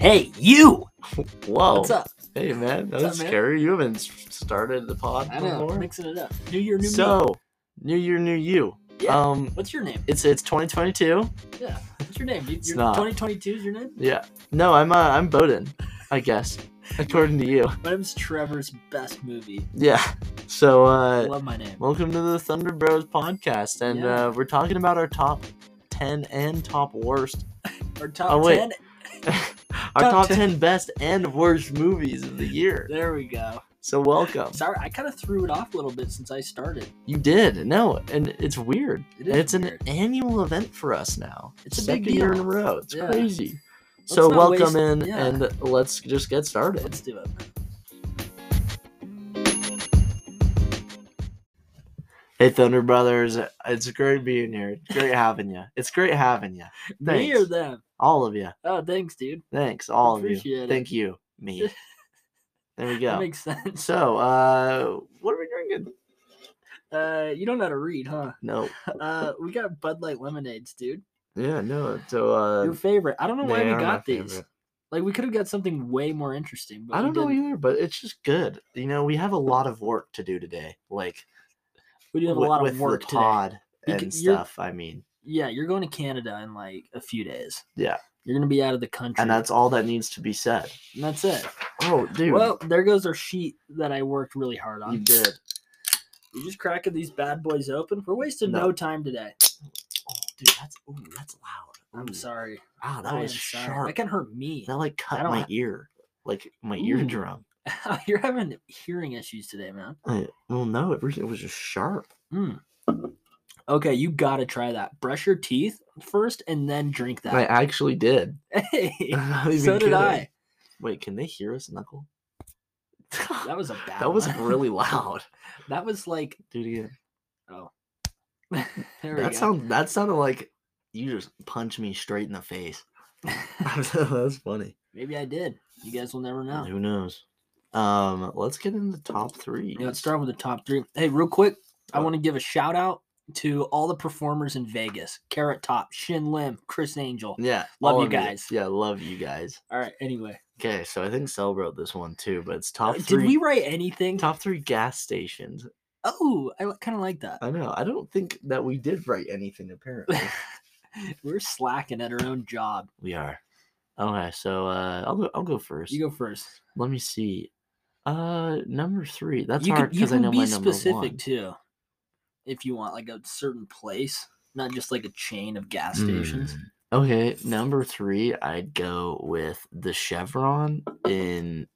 Hey, you! Whoa. What's up? Hey, man. That What's was up, man? scary. You haven't s- started the pod I know, before. mixing it up. New year, new me. so, new year, new you. Yeah. Um, What's your name? it's it's 2022. Yeah. What's your name? It's not. 2022 is your name? Yeah. No, I'm uh, I'm Bowden, I guess, according to you. My name's Trevor's best movie. Yeah. So, I uh, love my name. welcome to the Thunder Bros podcast, and Yeah. uh, we're talking about our top 10 and top worst, Our top oh, wait. 10. our Top top 10. 10 best and worst movies of the year. There we go. So welcome. Sorry, I kind of threw it off a little bit since I started. You did. No, and it's weird. It is And it's weird. an annual event for us now. It's a Second big year deal. in a row. It's Yeah. crazy. so not welcome waste- in yeah. and let's just get started. Let's do it. Hey Thunder Brothers, it's great being here. It's great having you. It's great having you. Me or Thanks. them? All of you. Oh, thanks, dude. Thanks all of you. Appreciate it. Thank you. Me. There we That go. makes sense. So, uh what are we drinking? Uh, you don't know how to read, huh? No. Uh, we got Bud Light lemonades, dude. Yeah, no. So Your uh favorite. I don't know why they we are my got these. favorite. Like we could have got something way more interesting. But I we don't know didn't. either, but it's just good. You know, we have a lot of work to do today. Like We do have a with- lot with of the work today. pod Beca- and you're- stuff. I mean, Yeah, you're going to Canada in like a few days. Yeah. You're gonna be out of the country. and that's all that needs to be said. And that's it. Oh, dude, Well, there goes our sheet that I worked really hard on. you did. You're just cracking these bad boys open. We're wasting No. no, time today. Oh, dude, that's ooh, that's loud. I'm Ooh, sorry. Wow, that I was am sorry. sharp. That can hurt me. That like I cut don't my ha- ear, like my Ooh. eardrum. You're having hearing issues today, man. I, well, no, it, was- it was just sharp. Mm. Okay, you gotta try that. Brush your teeth first and then drink I that. actually did. Hey, I'm not even so did kidding. I. Wait, can they hear us, Knuckle? That was a bad. that was one. really loud. That was like. Do it again. there we go. That sound that sounded like you just punched me straight in the face. that was funny. Maybe I did. You guys will never know. Who knows? Um, let's get into top three. Yeah, let's start with the top three. Hey, real quick, I What? want to give a shout out to all the performers in Vegas: Carrot Top, Shin Lim, Chris Angel. Yeah, Love all you of guys. Yeah, love you guys. All right. Anyway, Okay, so I think Cell wrote this one too, but it's Uh, top did three. we write anything? top three gas stations? Oh, I kind of like that. I know. I don't think that we did write anything. Apparently, We're slacking at our own job. we are. Okay, so uh, I'll go. I'll go first. You go first. Let me see. Uh, number three. That's you hard could you because I can know be my number one. specific too, if you want, like a certain place, not just like a chain of gas stations. Mm. Okay, number three, I'd go with the Chevron in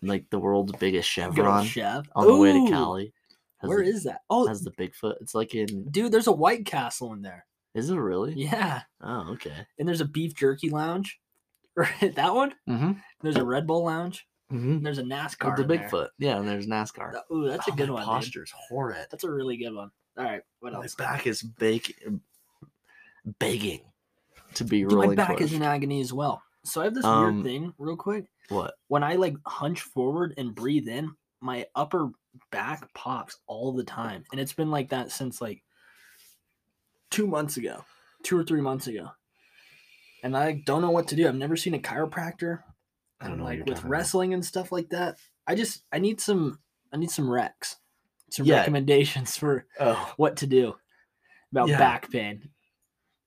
like the world's biggest Good old Chevron Chev. on the way to Ooh, Cali. Has Where the, is that? Oh, has the Bigfoot? It's like in. dude, there's a White Castle in there. Is it really? Yeah. Oh, okay. and there's a beef jerky lounge. Right, that one. Mm-hmm. There's a Red Bull lounge. mm-hmm. And there's a NASCAR. the in there. Bigfoot. Yeah, and there's NASCAR. That- Ooh, that's a Oh, good my one. dude. Posture's horrid. That's a really good one. All right, what My else? back is bake, begging to be Dude, my rolling. back towards- is in agony as well. So I have this Um, weird thing, real quick. what? When I like hunch forward and breathe in, my upper back pops all the time, and it's been like that since like two months ago, two or three months ago. And I don't know what to do. I've never seen a chiropractor. I don't and, know. what like you're with talking about. wrestling and stuff like that. I just I need some I need some recs, some Yeah. recommendations for Oh, what to do about Yeah. back pain.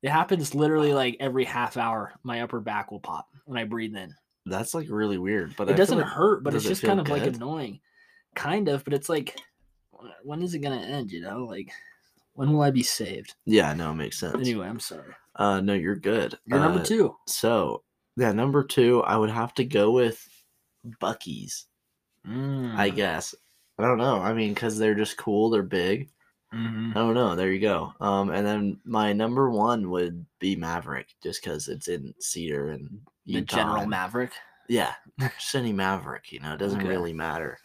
It happens literally like every half hour. My upper back will pop when I breathe in. that's like really weird. But I it feel doesn't like- hurt, but does it's it just feel kind of like good? annoying, kind of. But it's like, wh- when is it gonna end? You know, like when will I be saved? Yeah, no, it makes sense. Anyway, I'm sorry. Uh, no, you're good. You're Uh, number two. So yeah, number two, I would have to go with Bucky's, I Mm, guess. I don't know. I mean, because they're just cool. They're big. I mhm. don't know. There you go. Um, and then my number one would be Maverick, just because it's in Cedar and The Utah General and- Maverick. Yeah, just any Maverick. You know, it doesn't Okay. really matter.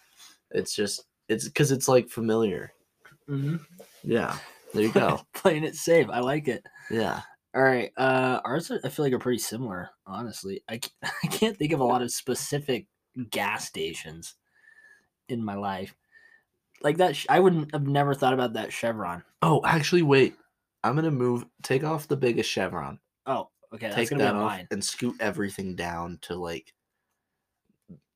It's just it's because it's like familiar. Mm-hmm. Yeah. There you go. Playing it safe. I like it. yeah. All right. Uh, ours, are, I feel like, are pretty similar, honestly. I, c- I can't think of a lot of specific gas stations in my life. Like that, sh- I wouldn't have never thought about that Chevron. Oh, actually, wait. I'm gonna move. Take off the biggest chevron. Oh, okay. That's take going to that be off mine. and scoot everything down to like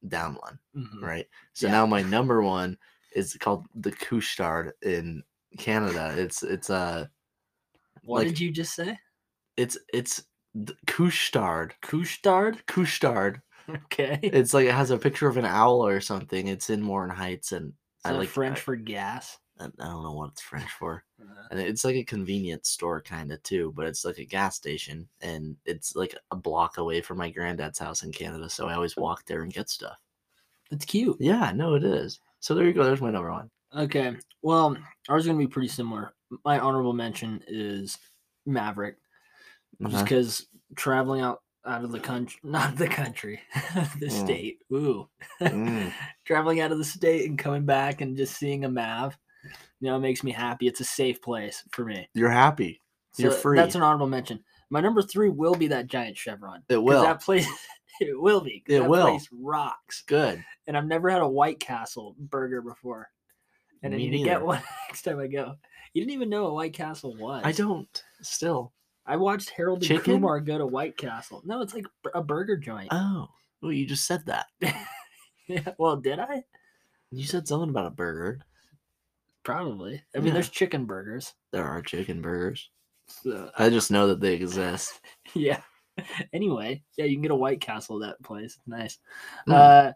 down one, Mhm. right? So Yeah. now my number one is called the Couche-Tard in Canada. It's it's uh What like- did you just say? it's it's the Couche-Tard. Couche-tard? Couche-Tard. Okay. Is It's like it has a picture of an owl or something. It's in Warren Heights, and I that like French for gas? I, I don't know what it's French for. Uh, and it's like a convenience store kind of too but it's like a gas station and it's like a block away from my granddad's house in canada so i always walk there and get stuff It's cute. yeah no it is so there you go there's my number one Okay. Well, ours is gonna be pretty similar. My honorable mention is Maverick, just Uh-huh. because traveling out out of the country, not the country, the Mm. state. Ooh, Mm. traveling out of the state and coming back and just seeing a Mav, you know, it makes me happy. It's a safe place for me. you're happy You're That's free. an honorable mention. My number three will be that giant chevron. it 'cause will That place. It will be. 'cause It that will. Place rocks. good and I've never had a White Castle burger before. And I Me need to get neither. one next time I go. You didn't even know what White Castle was. i don't still I watched Harold and Chicken? Kumar go to White Castle. No, it's like b- a burger joint. oh well you just said that yeah, well, did I? you said something about a burger Probably. I mean, Yeah. there's chicken burgers. there are chicken burgers So, i just know that they exist yeah. Anyway, yeah, you can get a White Castle at that place. It's nice. Mm. Uh,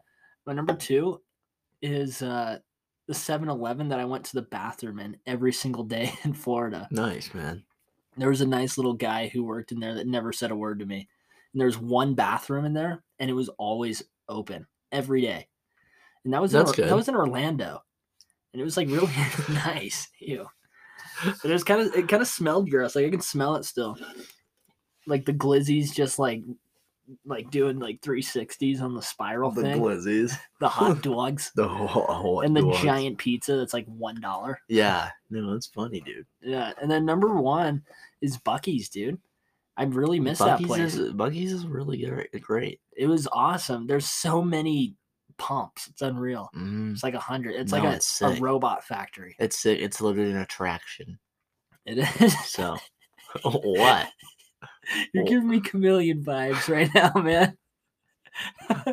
my number two is uh, the 7 Eleven that I went to the bathroom in every single day in Florida. nice man there was a nice little guy who worked in there that never said a word to me. And there was one bathroom in there, and it was always open every day. And that was That's in, Or- good. that was in Orlando, and it was like really nice. Ew. But it was kind of it kind of smelled gross. Like I can smell it still. Like the glizzies just like like doing like 360s on the spiral the thing, glizzies the hot dogs, the whole, whole and the dogs. giant pizza that's like one dollar. yeah no that's funny dude Yeah, and then number one is Bucky's, dude. I really miss that Bucky's place. Is, Bucky's is really gre- great. it was awesome. There's so many pumps. It's unreal. It's like a hundred. It's No, like a, it's a sick. robot factory. Mm. It's sick. It's literally an attraction. It is. So what? You're giving me chameleon vibes right now, man.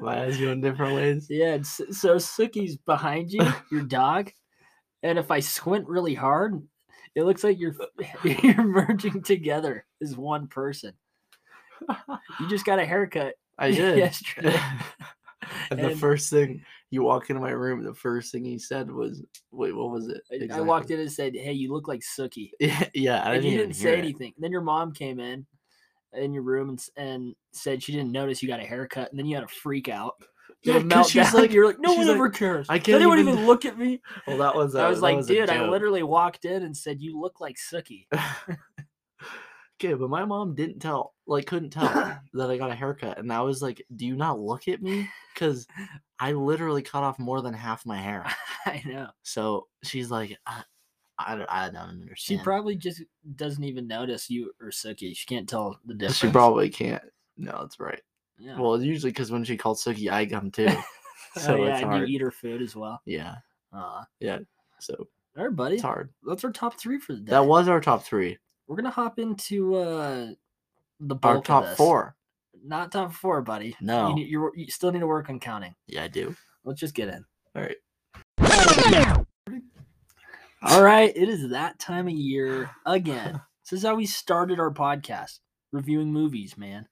My eyes going different ways. yeah. It's, so Suki's behind you, your dog, and if I squint really hard, it looks like you're you're merging together as one person. You just got a haircut I did. yesterday. and the And- first thing you walk into my room, the first thing he said was, "Wait, what was it?" I- I walked in and said, "Hey, you look like Suki." Yeah, yeah and I didn't, you even didn't say hear it. anything. Then your mom came in in your room and, s- and said she didn't notice you got a haircut, and then you had a freak out. You Yeah, had a 'cause she's meltdown. like, you're like, no she's one like, ever cares. "I Does can't anyone even- even... look at me? "Well, that was." I a- was that like, a dude, I joke." literally walked in and said, you look like Suki. okay, but my mom didn't tell, like, couldn't tell that I got a haircut, and I was like, "Do you not look at me?" Because I literally cut off more than half my hair. I know. So she's like, I, I, don't- I don't understand. She probably just doesn't even notice you or Suki. She can't tell the difference. She probably can't. No, that's right. Yeah. Well, usually because when she calls Suki, I come too. Oh, So yeah, it's and hard. you eat her food as well. Yeah. Uh, So all right, buddy. it's hard. That's our top three for the day. That was our top three. We're gonna hop into uh the bulk Our of top this. four. Not top four, buddy. No. You, need- you're- you still need to work on counting. Yeah, I do. Let's just get in. All right. All right, it is that time of year again. This is how we started our podcast, reviewing movies, man.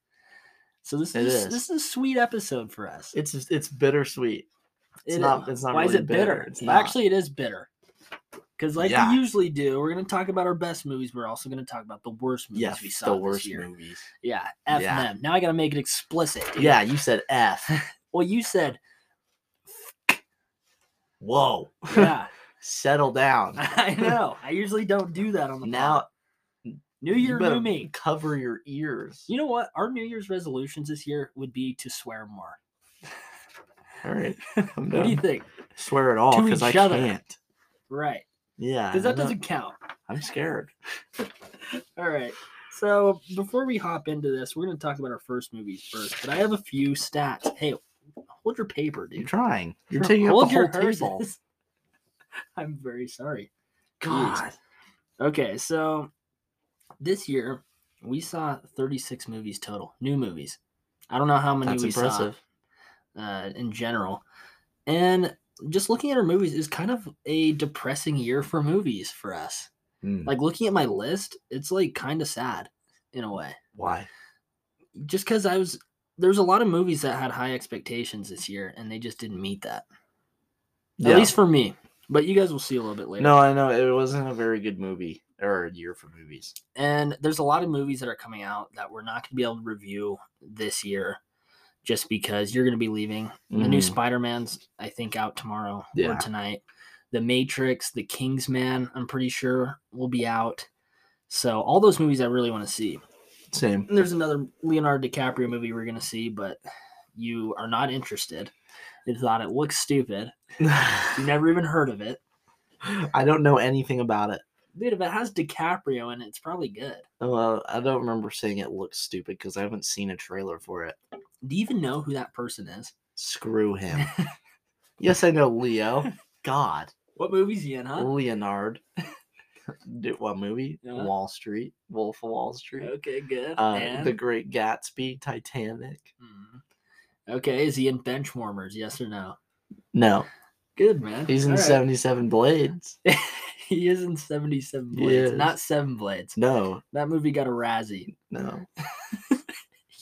So this It is, is. this is a sweet episode for us. It's just- it's bittersweet. It's It- not. It's not. why is really it bitter? It's Well, not. Actually, it is bitter. Because like Yeah. we usually do, we're gonna talk about our best movies. We're also gonna talk about the worst movies yeah, we saw the this worst year. movies. Yeah, f Yeah. them. Now I gotta make it explicit. dude. Yeah, you said eh, F. Well, you said Whoa. yeah. Settle down. I know. I usually don't do that on the pod. Now New you Year, better new me. Cover your ears. You know what? Our New Year's resolutions this year would be to swear more. All right. I'm What do you done. think? Swear it all To because I each other. can't. Right. Yeah. Because that I'm not- doesn't count. I'm scared. All right. So before we hop into this, we're going to talk about our first movies first. But I have a few stats. Hey, hold your paper, You're dude. trying. You're taking hold up the whole your table. hers. I'm very sorry. God. Okay. So this year, we saw 36 movies total, new movies. I don't know how many That's we saw. impressive. uh, in general. And just looking at her movies is kind of a depressing year for movies for us. Mm. Like looking at my list, it's like kind of sad in a way. Why? Just because I was there's a lot of movies that had high expectations this year and they just didn't meet that. At least for me. But you guys will see a little bit later. No, I know it wasn't a very good movie or a year for movies. and there's a lot of movies that are coming out that we're not going to be able to review this year just because you're going to be leaving the new Mhm. spider-man's i think out tomorrow or Yeah. tonight the matrix the kingsman i'm pretty sure will be out so all those movies i really want to see Same. and there's another leonardo dicaprio movie we're going to see but you are not interested you thought it looks stupid you I never even heard of it don't know anything about it. dude if it has dicaprio in it it's probably good Well, Uh, I don't remember saying it looks stupid because I haven't seen a trailer for it. do you even know who that person is Screw him. yes, I know Leo. God, what movie's he in huh Leonard. Do what movie? Yeah. Oh, Wall Street, Wolf of Wall Street, Okay, good. uh, And- The Great Gatsby, Titanic. Mhm. Okay, is he in Benchwarmers? Yes or no? No, Good man. he's in All right. Seventy Seven Blades. he is in seventy-seven He blades, is. not seven blades. No, That movie got a Razzie. no.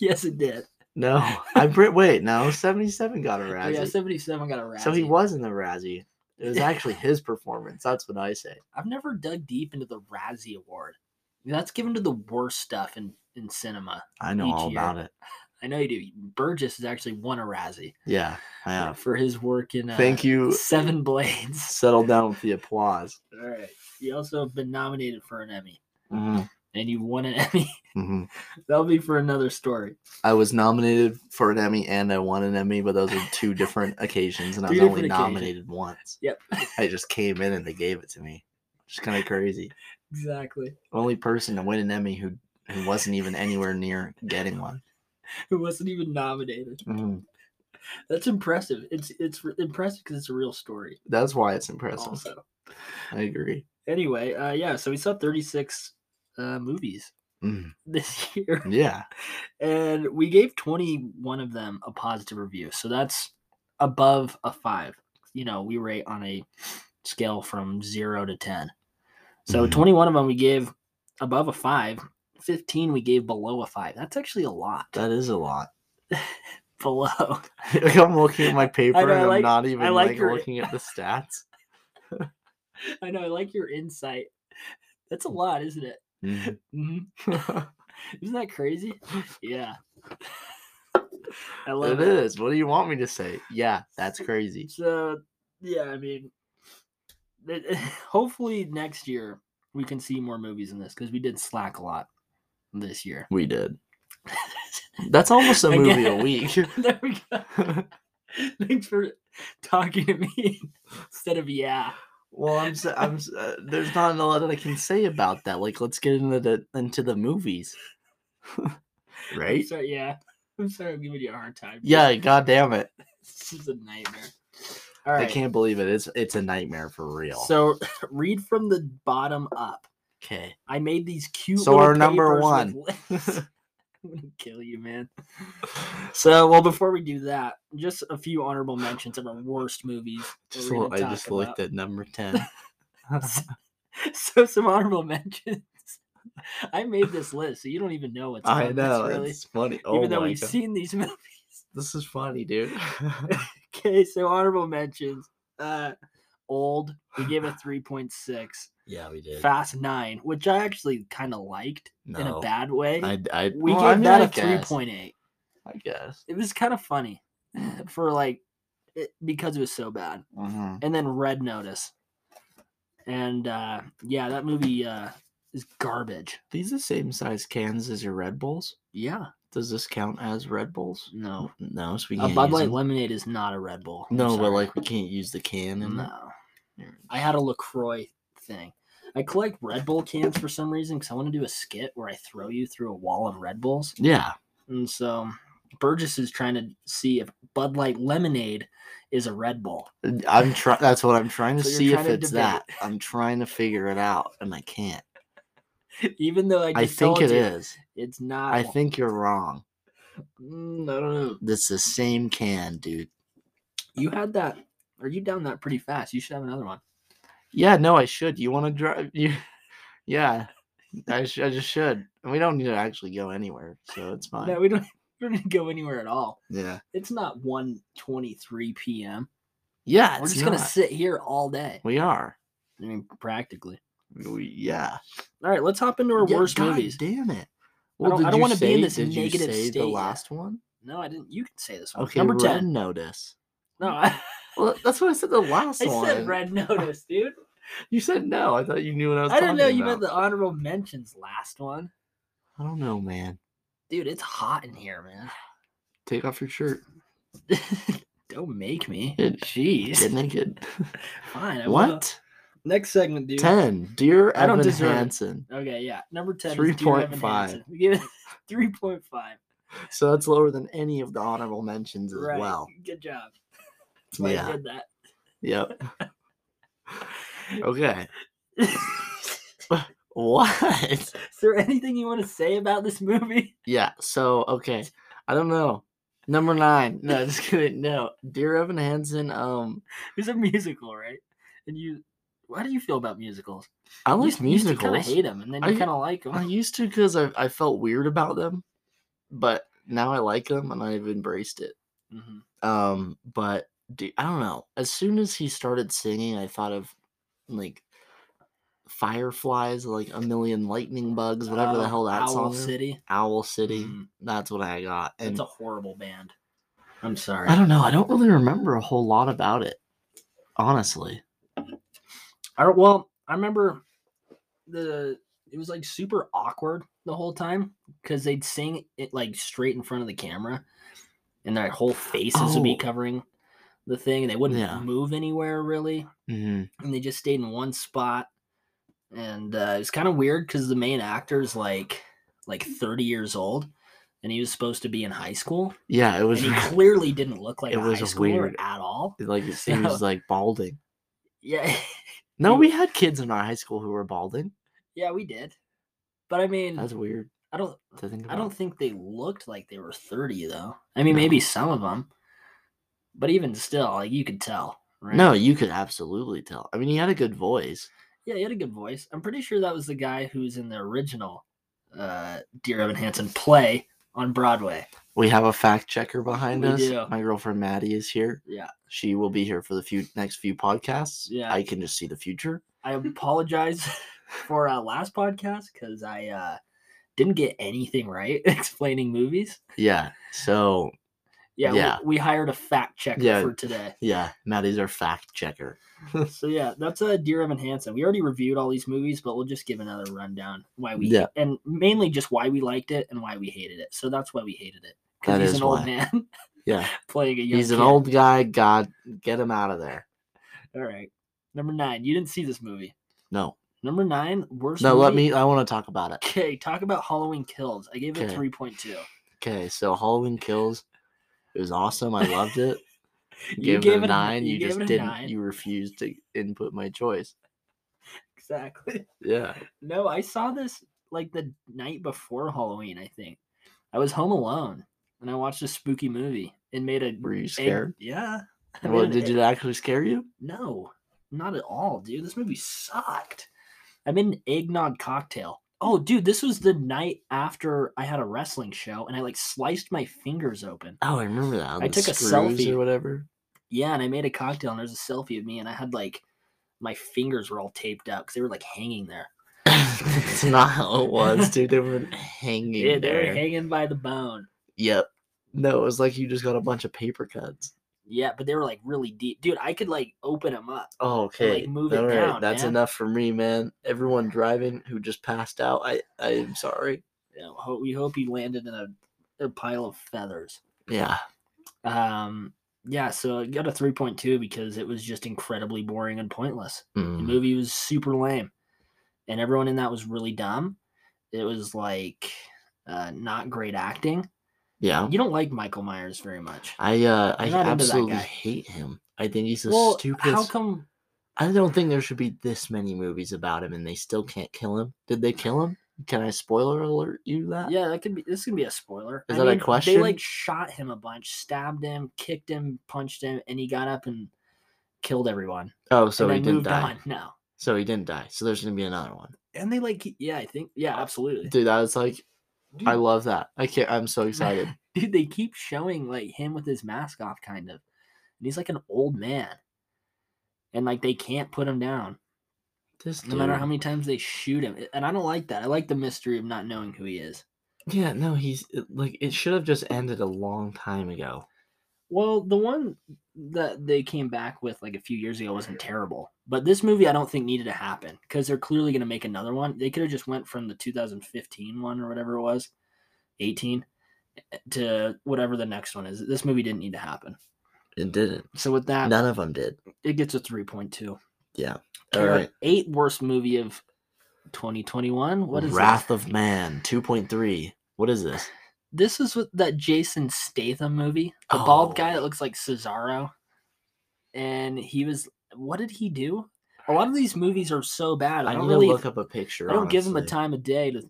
Yes, it did. No, I'm pretty. Wait, no, seventy-seven got a Oh, yeah, Razzie. seventy-seven got a Razzie. so he was in the Razzie. It was actually his performance. That's what I say. I've never dug deep into the Razzie Award. That's given to the worst stuff in in cinema. I know Each all year. about it. I know you do. Burgess has actually won a Razzie Yeah, I have. for his work in. Uh, Thank you. Seven Blades. Settle down with the applause. All right. You also have been nominated for an Emmy, Mhm, and you won an Emmy. mm-hmm. mhm. That'll be for another story. I was nominated for an Emmy and I won an Emmy, but those are two different occasions, and I Two was only different occasions. nominated once. Yep. I just came in and they gave it to me. Just kind of crazy. Exactly. Only person to win an Emmy who who wasn't even anywhere near getting one. Who wasn't even nominated. Mhm. That's impressive. It's it's re- impressive because it's a real story. That's why it's impressive. Also. I agree. Anyway, uh, yeah. So we saw 36 uh, movies Mm, this year, Yeah. and we gave 21 of them a positive review. So that's above a five. You know, we rate on a scale from zero to 10. So Mhm. 21 of them we gave above a five. 15 we gave below a five. That's actually a lot. That is a lot. Below. Like, I'm looking at my paper know, I and I'm like- not even like like, your- looking at the stats. I know. I like your insight. That's a Mm. lot, isn't it? Mm-hmm. Mhm. Isn't that crazy? Yeah. I love it. it is. What do you want me to say? Yeah, that's crazy. So, uh, yeah, I mean, it- hopefully next year we can see more movies in this because we did slack a lot this year. We did. That's almost a movie a Again. week. there we go. Thanks for talking to me instead of yeah. Well, I'm. s- I'm. s- Uh, there's not a lot that I can say about that. Like, let's get into the into the movies, I'm right? sorry, yeah. I'm sorry, I'm giving you a hard time. Yeah. God damn it! this is a nightmare. All right. I can't believe it. It's it's a nightmare for real. So read from the bottom up. okay. I made these cute. So little our number papers with lists. I'm gonna kill you, man. So Well, before we do that, just a few honorable mentions of our worst movies. that just, we're lo- gonna I talk just looked about. at number ten. So some honorable mentions. I made this list, so you don't even know what's. I on this, know really. it's funny. Oh Even though my we've god, seen these movies. this is funny, dude. Okay, so honorable mentions. Uh, old. We gave it three point six. yeah, we did. Fast nine, which I actually kind of liked in a No. bad way. I, I, we well, gave I mean, that I a three guess, point eight. I guess. It was kind of funny for like it, because it was so bad. Mhm. And then Red Notice, and uh, yeah, that movie uh, is garbage. These the same size cans as your Red Bulls. Yeah, Does this count as Red Bulls? no, No, so we a can't. Bud use Light them. lemonade is not a Red Bull. I'm No, but sorry. like we can't use the can in that. no, I had a Lacroix thing. I collect Red Bull cans for some reason because I want to do a skit where I throw you through a wall of Red Bulls. Yeah, And so Burgess is trying to see if Bud Light Lemonade is a Red Bull. I'm trying. That's what I'm trying to So you're see trying if to it's debate. that. I'm trying to figure it out, and I can't. Even though I, I just think told it you, is. It's not. I think you're wrong. Mm, I don't know. That's the same can, dude. You had that, or you down that pretty fast. You should have another one. Yeah, no, I should. You want to drive? You, yeah, I, sh- I just should. And we don't need to actually go anywhere, so it's fine. No, we don't. We don't need to go anywhere at all. yeah, It's not 1.23 p.m. yeah. We're it's just gonna not. sit here all day. We are. I mean, practically. We, yeah. All right, let's hop into our Yeah, worst God movies. Damn it. don't- I did don't you wanna be in say- this did you negative say state The yet. last one. No, I didn't. You can say this one. Okay, Number Red ten. Notice. No, I, Well, that's what I said. The last I one. said red notice, dude. You said no. I thought you knew what I was. I didn't know talking you meant about. the honorable mentions last one, I don't know, man. dude. It's hot in here, man. Take off your shirt. Don't make me. It- Jeez. Get naked. Fine. I will. what? Next segment, dude. Ten. Dear I don't Evan deserve it. Hansen. Okay, yeah. Number 10 is Dear Evan 3.5. Hansen. We give it 3.5. So that's lower than any of the honorable mentions as Right. well. Good job. That's why I Yeah. did that. Yep. Okay. What? is there anything you want to say about this movie? Yeah. So okay. I don't know. Number nine. No, just kidding. No. Dear Evan Hansen. Um, It's a musical, right? And you, how do you feel about musicals? I You like used- you used to kinda musicals. hate them, and then I- you kind of like them. I used to because I I felt weird about them, but now I like them and I've embraced it. hmm Um, but do, I don't know. As soon as he started singing, I thought of like fireflies, like a million lightning bugs, whatever the hell that Oh, Owl song is. City. Owl City. Mhm. That's what I got. And It's a horrible band. I'm sorry. I don't know. I don't really remember a whole lot about it, honestly. I don't- well, I remember the it was like super awkward the whole time because they'd sing it like straight in front of the camera, and their whole faces would Oh. be covering the thing, and they wouldn't Yeah. move anywhere really, Mm-hmm. and they just stayed in one spot, and uh, it's kind of weird because the main actor's like like 30 years old, and he was supposed to be in high school, Yeah, it and was he really- clearly didn't look like It a was high schooler weird. at all. like he So- was like balding. Yeah, No, He- we had kids in our high school who were balding. yeah, we did, but I mean, That's weird I don't. to think about. Hmm. I don't think they looked like they were 30 though. I mean, No. maybe some of them, but even still, like you could tell, right? No, you could absolutely tell. I mean, he had a good voice. Yeah, he had a good voice. I'm pretty sure that was the guy who's in the original uh, Dear Evan Hansen play on Broadway. We have a fact checker behind We us. do. My girlfriend Maddie is here. Yeah. She will be here for the few next few podcasts. Yeah. I can just see the future. I apologize for our last podcast because I uh, didn't get anything right explaining movies. Yeah. So Yeah, Yeah. We, we hired a fact checker Yeah. for today. yeah, Maddie's our fact checker. So yeah, that's uh, Dear Evan Hansen. We already reviewed all these movies, but we'll just give another rundown why we Yeah. and mainly just why we liked it and why we hated it. So that's why we hated it because That he's is an old why. man Yeah. playing a young. He's an kid. old guy. God, get him out of there. All right, number nine. You didn't see this movie. No. Number nine, worst. No, let movie- me I want to talk about it. Okay, talk about Halloween Kills. I gave it Okay. three point two. Okay, so Halloween Kills. It was awesome. I loved it. You gave gave it it a a- nine. you You, gave just it a didn't nine. you refused to input my choice. Exactly. Yeah. No, I saw this like the night before Halloween. I think I was home alone and I watched a spooky movie and made a Were you egg- scared? yeah. I made What an did egg- it actually scare you? No, not at all, dude. This movie sucked. I made an eggnog cocktail. Oh, dude, this was the night after I had a wrestling show and I like sliced my fingers open. Oh, I remember that. on I the took a screws selfie. or whatever. Yeah, and I made a cocktail and there's a selfie of me and I had like my fingers were all taped up because they were like hanging there. It's not how it was, dude. They were hanging Yeah, they were there. hanging by the bone. yep. No, it was like you just got a bunch of paper cuts. Yeah, but they were like really deep. Dude, I could like open them up. Oh, okay. move it All right, down, that's man. enough for me, man. Everyone driving who just passed out, I I am sorry. You know, ho- we hope he landed in a, a pile of feathers. Yeah. Um, yeah, so I got a 3.2 because it was just incredibly boring and pointless. The Mm. movie was super lame, and everyone in that was really dumb. It was like uh, not great acting. Yeah. You don't like Michael Myers very much. Oh. I uh I You're not into that absolutely guy. hate him. I think he's the Well, stupidest. how come? I don't think there should be this many movies about him and they still can't kill him. Did they kill him? Can I spoiler alert you that? Uh, Yeah, that could be. This could be a spoiler. Is that a They question? like shot him a bunch, stabbed him, kicked him, punched him, and he got up and killed everyone. Oh, so and he then didn't moved die. on. No, So he didn't die. So there's gonna be another one. and they like, yeah, I think, yeah, absolutely. Dude, that was like Dude, I love that. I can't I'm so excited. dude, they keep showing like him with his mask off, kind of, and he's like an old man, and like they can't put him down, This no matter dude. how many times they shoot him. And I don't like that. I like the mystery of not knowing who he is. Yeah, no, he's it- like it should have just ended a long time ago. Well, the one that they came back with like a few years ago wasn't terrible, but this movie I don't think needed to happen because they're clearly going to make another one. They could have just went from the 2015 one or whatever it was, 18, to whatever the next one is. This movie didn't need to happen. It didn't. So with that, None of them did. it gets a 3.2. Yeah. All Kara, right. Eight worst movie of 2021. What is this? Wrath of Man 2.3. What is this? This is what that Jason Statham movie, the bald guy Oh. that looks like Cesaro, and he was. What did he do? A lot of these movies are so bad. I, I, don't need really. to look up a picture. I don't give him a honestly. time of day to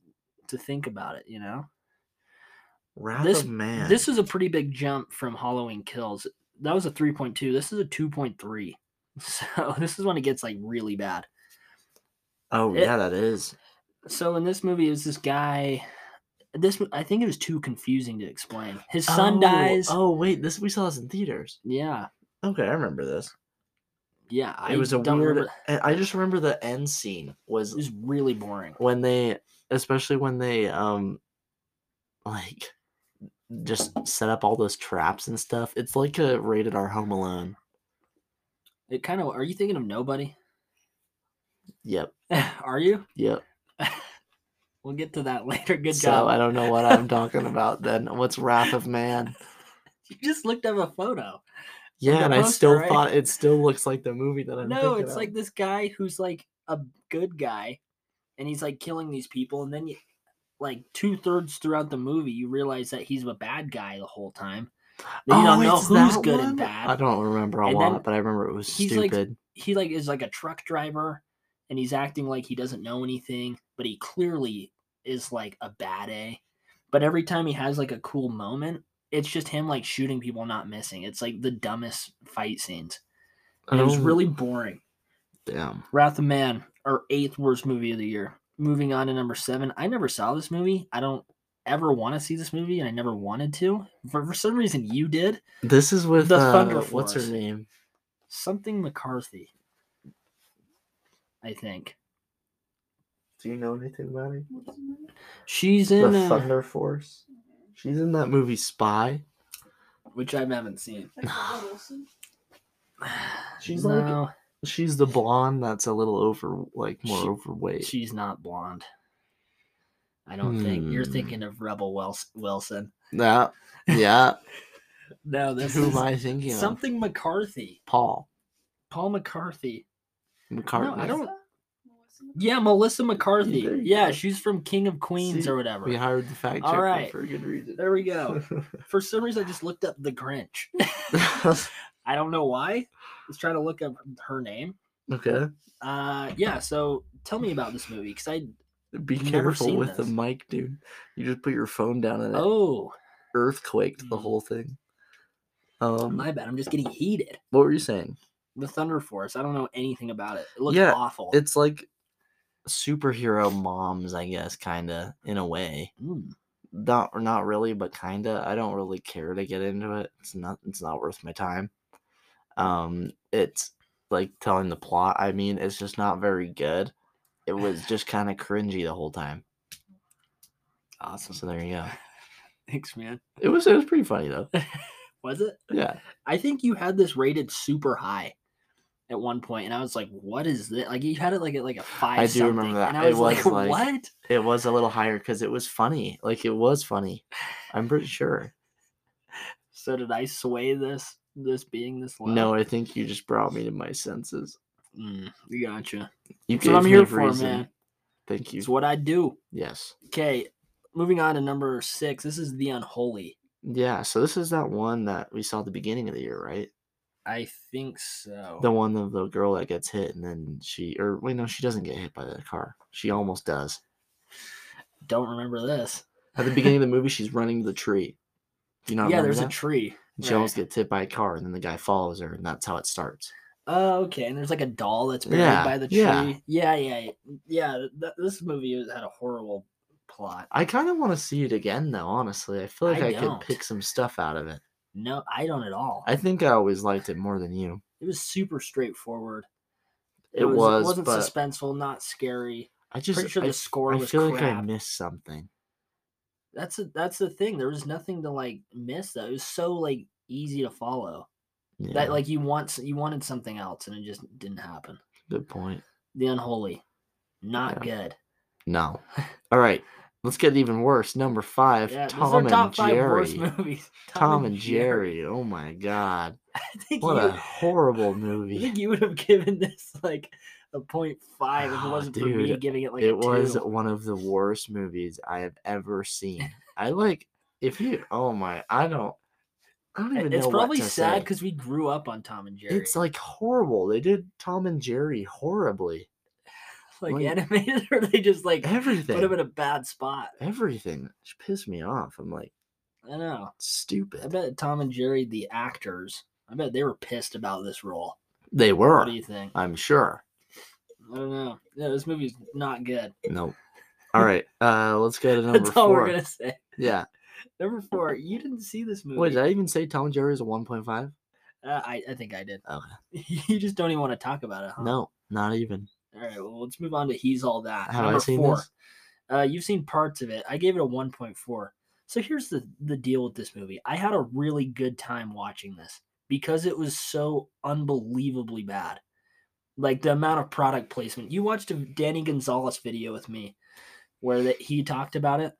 to think about it. You know, Wrath This- of Man. this is a pretty big jump from Halloween Kills. That was a three point two. This is a two point three. So this is when it gets like really bad. Oh it- yeah, that is. So in this movie, it was this guy. This I think it was too confusing to explain. His son Oh, dies. Oh wait, this we saw this in theaters. Yeah, Okay, I remember this. yeah. It was a don't weird. remember- I I just remember the end scene was It was really boring. when they, especially when they, um, like, just set up all those traps and stuff. It's like a rated R Home Alone. It kind of. Are you thinking of nobody? Yep. are you? Yep. We'll get to that later. Good so job. I don't know what I'm talking about then. What's Wrath of Man? You just looked up a photo. Yeah, the and I poster, still right? thought it still looks like the movie that I'm. No, thinking it's of. like this guy who's like a good guy, and he's like killing these people, and then you, like two thirds throughout the movie, you realize that he's a bad guy the whole time. Then you Oh, don't know it's who's that good one? and I bad. don't remember a And lot, then but I remember it was he's, like, stupid. He like is like a truck driver, and he's acting like he doesn't know anything, but he clearly is like a bad A. But every time he has like a cool moment, it's just him like shooting people, not missing. It's like the dumbest fight scenes. And it was Oh, really boring. damn. Wrath of Man, our eighth worst movie of the year. Moving on to number seven. I never saw this movie. I don't ever want to see this movie, and I never wanted to. For, for some reason, you did. This is with The uh, Thunder What's her Force. name? Something McCarthy. I think. Do you know anything about her? She's The in. Uh, Thunder Force. She's in that movie Spy. which I haven't seen. She's like- no, She's the blonde that's a little over, like more She- overweight. she's not blonde. I don't think. You're Hmm. thinking of Rebel Wels- Wilson. yeah, yeah. No, this Who is am I thinking of? something McCarthy. Paul Paul McCarthy. McCartney. No, I don't. Yeah, Melissa McCarthy. there you Yeah, go. she's from King of Queens See, or whatever. We hired the fact All checker right. for a good reason. There we go. For some reason, I just looked up the Grinch. I don't know why. I was trying to look up her name. okay. Uh, yeah. So tell me about this movie, because I Be Never careful seen with the this. mic, dude. You just put your phone down and it oh earthquaked the Mm. whole thing. Um, my bad, I'm just getting heated. what were you saying? The Thunder Force. I don't know anything about it. It looks Yeah, awful. It's like superhero moms, I guess, kind of in a way. Mm. Not not really, but kind of. I don't really care to get into it. It's not it's not worth my time. Um, it's like telling the plot. I mean, it's just not very good. It was just kind of cringy the whole time. Awesome. So there you go. Thanks, man. It was it was pretty funny though. Was it? Yeah. I think you had this rated super high at one point, and I was like, "What is this?" Like you had it like at like a five. do remember something, that. And I It was, like, was, like- "What?" It was a little higher because it was funny. Like it was funny. I'm pretty sure. So did I sway this? This being this low? No, I think you just brought me to my senses. Mm, gotcha. You That's what I'm gave here me for, reason. man. Thank you. It's what I do. Yes. Okay, moving on to number six. This is the unholy. Yeah. So this is that one that we saw at the beginning of the year, right? I think so. The one of the girl that gets hit and then she, or wait, no, she doesn't get hit by the car. She almost does. don't remember this. At the beginning of the movie, she's running to the tree. Do you not yeah, remember there's that? a tree. And she almost gets hit by a car, and then the guy follows her, and that's how it starts. Oh, okay. And there's like a doll that's buried Yeah, by the tree. yeah. Yeah, yeah, yeah. th- this movie was- had a horrible plot. I kind of want to see it again, though. Honestly, I feel like I I, could don't. pick some stuff out of it. No, I don't at all. I think I always liked it more than you. it was super straightforward. It, was, It wasn't but suspenseful. Not scary. I just Pretty sure I, the score I was feel crap. like I missed something. that's a, that's the thing. There was nothing to like miss. Though it was so like easy to follow. Yeah, That like you want s- you wanted something else, and it just didn't happen. good point. The unholy, not good. No. All right, let's get even worse. Number five, Yeah, these are Tom and top five worst Jerry. movies. Tom and Jerry. Oh my God! I think What you, a horrible I movie. think you would have given this like a point five if it Ah, wasn't for me dude, giving it like a it was two. one of the worst movies I have ever seen. I like if you. Oh my! I don't. I don't even It's know. probably what to sad say. because we grew up on Tom and Jerry. It's like horrible. They did Tom and Jerry horribly. like, like- animated, or they just like Everything. put him in a bad spot. everything. Just pissed me off. I'm like I know. I stupid. bet Tom and Jerry, the actors, I bet they were pissed about this role. They were. What do you think? I'm sure. I don't know. Yeah, this movie's not good. Nope. All right. Uh, let's go to number That's all we four. we're gonna say. Yeah. Number four, you didn't see this movie. Wait, did I even say Tom and Jerry is a 1.5? Uh, I, I think I did. Okay. you just don't even want to talk about it, huh? No, not even. All right, well, let's move on to He's All That. Have I Number seen four. this? Uh, you've seen parts of it. I gave it a 1.4. So here's the, the deal with this movie I had a really good time watching this because it was so unbelievably bad. Like the amount of product placement. You watched a Danny Gonzalez video with me where that he talked about it.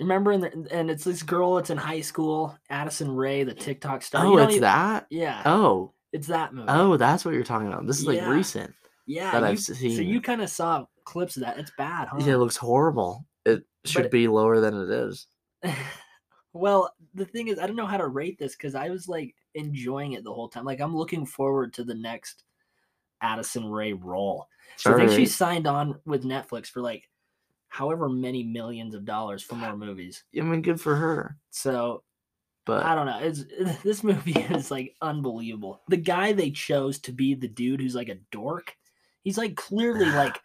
Remember, in the, and it's this girl that's in high school, Addison Ray, the TikTok star. Oh, You don't it's even- that. Yeah, Oh, it's that movie. oh, that's what you're talking about. This is like Yeah. recent. yeah. that I've you- So seen you it. kind of saw clips of that. It's bad, huh? Yeah, it looks horrible. It should it- be lower than it is. well, the thing is, I don't know how to rate this because I was like enjoying it the whole time. Like I'm looking forward to the next Addison Ray role. So I think she Alright. signed on with Netflix for like however many millions of dollars for more movies. I mean, good for her. So But I don't know. It's this movie is like unbelievable. The guy they chose to be the dude who's like a dork. He's like clearly like,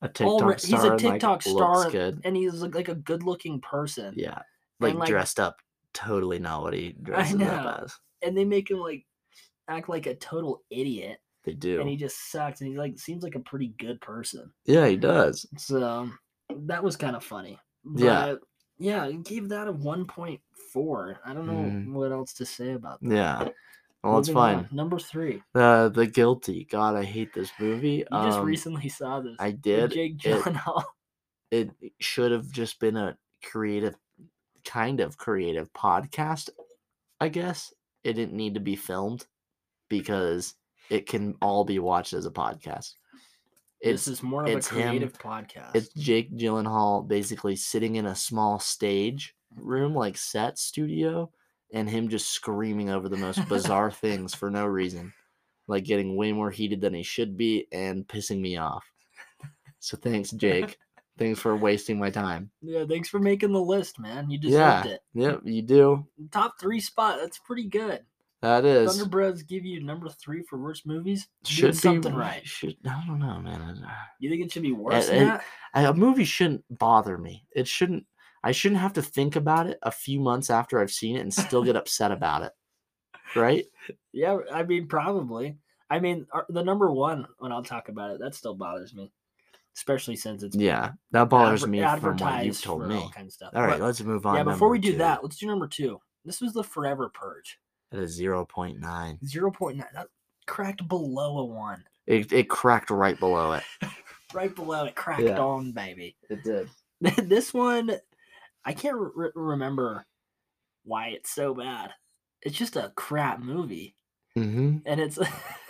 a all TikTok re- he's a star. and, like, TikTok Looks star. good. and he's like, like a good-looking person. Yeah, like, like- dressed up. Totally not what he dresses know. up as. and they make him like act like a total idiot They do. and he just sucks and he like seems like a pretty good person yeah, he does. so that was kind of funny Yeah. But, yeah I gave that a 1.4 i don't know Mhm. what else to say about that Yeah. Well, it's Moving on, fine. number three you The the guilty. God, I hate this movie. just Um, recently saw this I with did. jake It- Gyllenhaal. it should have just been a creative kind of creative podcast i guess it didn't need to be filmed because it can all be watched as a podcast this it's is more of a it's him. creative podcast it's jake gyllenhaal basically sitting in a small stage room like set studio and him just screaming over the most bizarre things for no reason like getting way more heated than he should be and pissing me off so thanks jake thanks for wasting my time yeah thanks for making the list man you deserved Yeah. it Yep, you do. top three spot that's pretty good That is thunder bros give you number three for worst movies should Doing something be, right Should I don't know, man. I- You think it should be worse than it- that? I- A movie shouldn't bother me. It shouldn't. I shouldn't have to think about it a few months after I've seen it and still get upset about it. Right? Yeah, I mean, probably. I mean, our- the number one when I'll talk about it, that still bothers me, especially since it's Yeah, that bothers adver- me from what you've advertised told for me. all kinds of stuff. All right, But- let's move on. yeah, before number we do two. that, let's do number two. This was the Forever Purge, it is zero point nine. zero point nine. That cracked below a one, It it cracked right below it. right below it. Cracked Yeah. on, baby. It did. this one, I can't re- remember why it's so bad. It's just a crap movie, Mm-hmm. and it's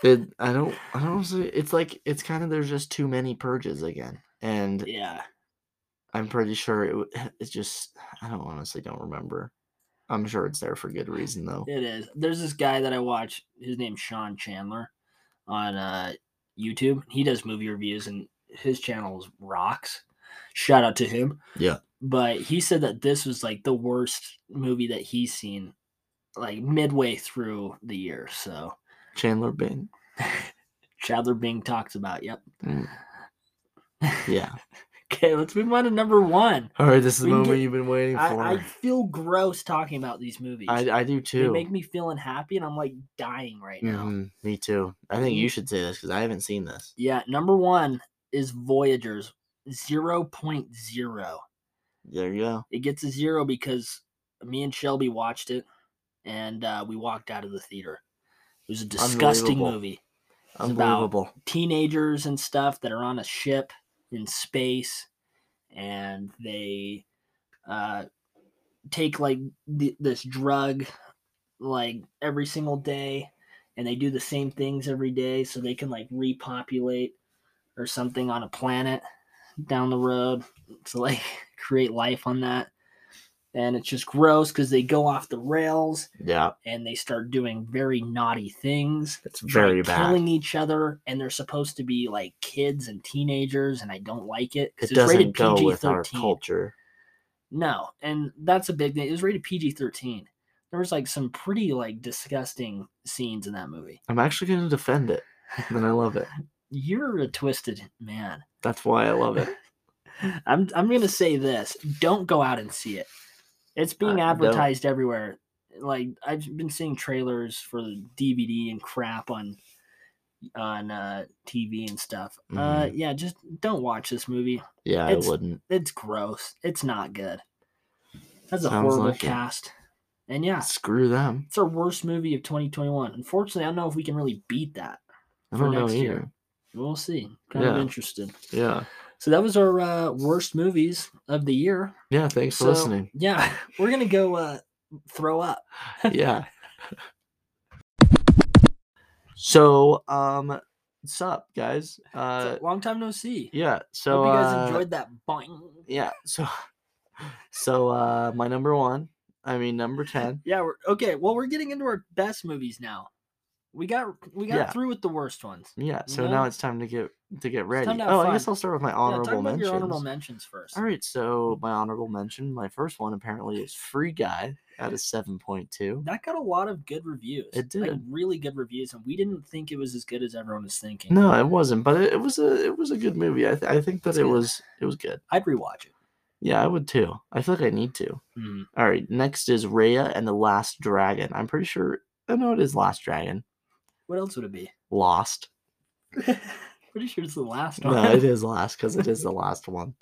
It. I don't. I don't see. It's like it's kind of there's just too many purges again, and yeah. I'm pretty sure it. w- It's just I don't honestly don't remember. I'm sure it's there for good reason though. It is. There's this guy that I watch. His name's Sean Chandler on uh, YouTube. He does movie reviews, and his channel is rocks. Shout out to him. Yeah. But he said that this was like the worst movie that he's seen, like midway through the year. So Chandler Bing. Chandler Bing talks about. Yep. Mm. Yeah. Okay, let's move on to number one. All right, this is the We can moment get- you've been waiting for. I, I feel gross talking about these movies. I, I do they too. make me feel unhappy, and I'm like dying right now. Mm-hmm. Mhm, me too. I think you should say this because I haven't seen this. Yeah, number one is Voyagers 0.0. There you go. It gets a zero because me and Shelby watched it and uh, we walked out of the theater. It was a disgusting Unbelievable. movie. about- Unbelievable. Teenagers and stuff that are on a ship in space and they uh, take like th- this drug like every single day and they do the same things every day so they can like repopulate or something on a planet down the road to like create life on that and it's just gross because they go off the rails yeah, and they start doing very naughty things it's try very bad. killing each other and they're supposed to be like kids and teenagers and i don't like it 'cause it doesn't go with our PG-13. culture. no and that's a big thing it was rated pg-13 there was like some pretty like disgusting scenes in that movie I'm actually going to defend it, and I love it. you're a twisted man That's why I love it. i'm, I'm gonna say this don't go out and see it it's being don't. advertised everywhere like i've been seeing trailers for the dvd and crap on on uh, tv and stuff uh Mm-hmm. yeah just don't watch this movie Yeah, It's- I wouldn't. It's gross. It's not good. That's a Sounds horrible like it. cast. And yeah, Screw them. it's our worst movie of 2021. Unfortunately, I don't know if we can really beat that. I For don't know next either. year. We'll see. Kind of Yeah. interested. Yeah. So that was our uh, worst movies of the year. Yeah. Thanks So, for listening. Yeah, we're gonna go uh, throw up. yeah. So, um, what's up, guys? It's a Uh, long time no see. yeah. So, Hope you guys uh, enjoyed that. Boing. yeah. So, so uh, my number one. I mean, number ten. Yeah. We're, okay. Well, we're getting into our best movies now. We got we got Yeah. through with the worst ones. Yeah. So Yeah. now it's time to get to get ready. Mm-hmm. time to have oh, I fun. guess I'll start with my Yeah, honorable talk about mentions. your honorable mentions Mm-hmm. first. All right. So my honorable mention, my first one apparently is Free Guy at a seven point two. that got a lot of good reviews. It Like did. really good reviews, and we didn't think it was as good as everyone was thinking. No, it wasn't, but it, it was a it was a good movie. I, th- I think that It's it good. was it was good. I'd rewatch it. Hmm, Yeah, I would too. I feel like I need to. All right, next is Raya and the Last Dragon. I'm pretty sure I know it is Last Dragon. What else would it be? Lost. Pretty sure it's the last one. No, it is Last because it is the last one.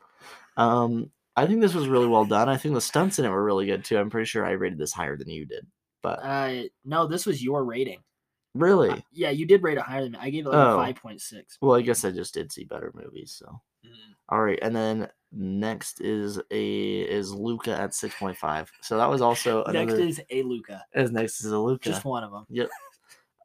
Um, I think this was really well done. I think the stunts in it were really good too. I'm pretty sure I rated this higher than you did, but Uh, no, this was your rating. really, Uh, yeah, you did rate it higher than me. I gave it like Oh. a five point six. Hmm. well, I guess I just did see better movies. So all right, and then next is a is Luca at six point five. So that was also another. Next is a Luca. as next is a Luca. Just one of them.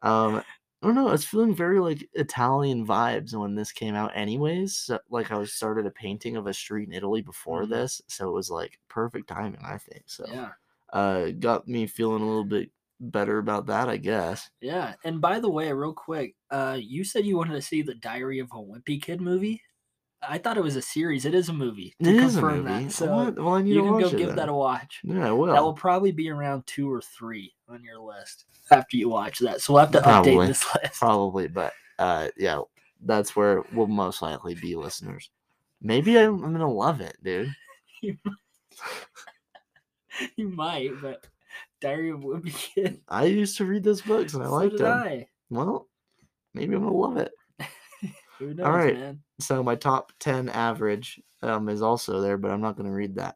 Um, I don't know. I was feeling very like Italian vibes when this came out, anyways. So, like I was started a painting of a street in Italy before Mhm. this, so it was like perfect timing, I think. So, Yeah, uh, got me feeling a little bit better about that, I guess. yeah. And by the way, real quick, uh, you said you wanted to see the Diary of a Wimpy Kid movie. I thought it was a series. It is a movie. To It is a confirm movie. That. So what? Well, I need you to can watch go it give then. that a watch. Yeah, I will. That will probably be around two or three on your list after you watch that. So we'll have to Probably. update this list. Probably, but uh, yeah, that's where we'll most likely be, listeners. Maybe I'm, I'm gonna love it, dude. you might, but Diary of a Wimpy Kid. I used to read those books and I so liked did them. I. Well, maybe I'm gonna love it. Who knows, right. man? so my top 10 average um, is also there but i'm not going to read that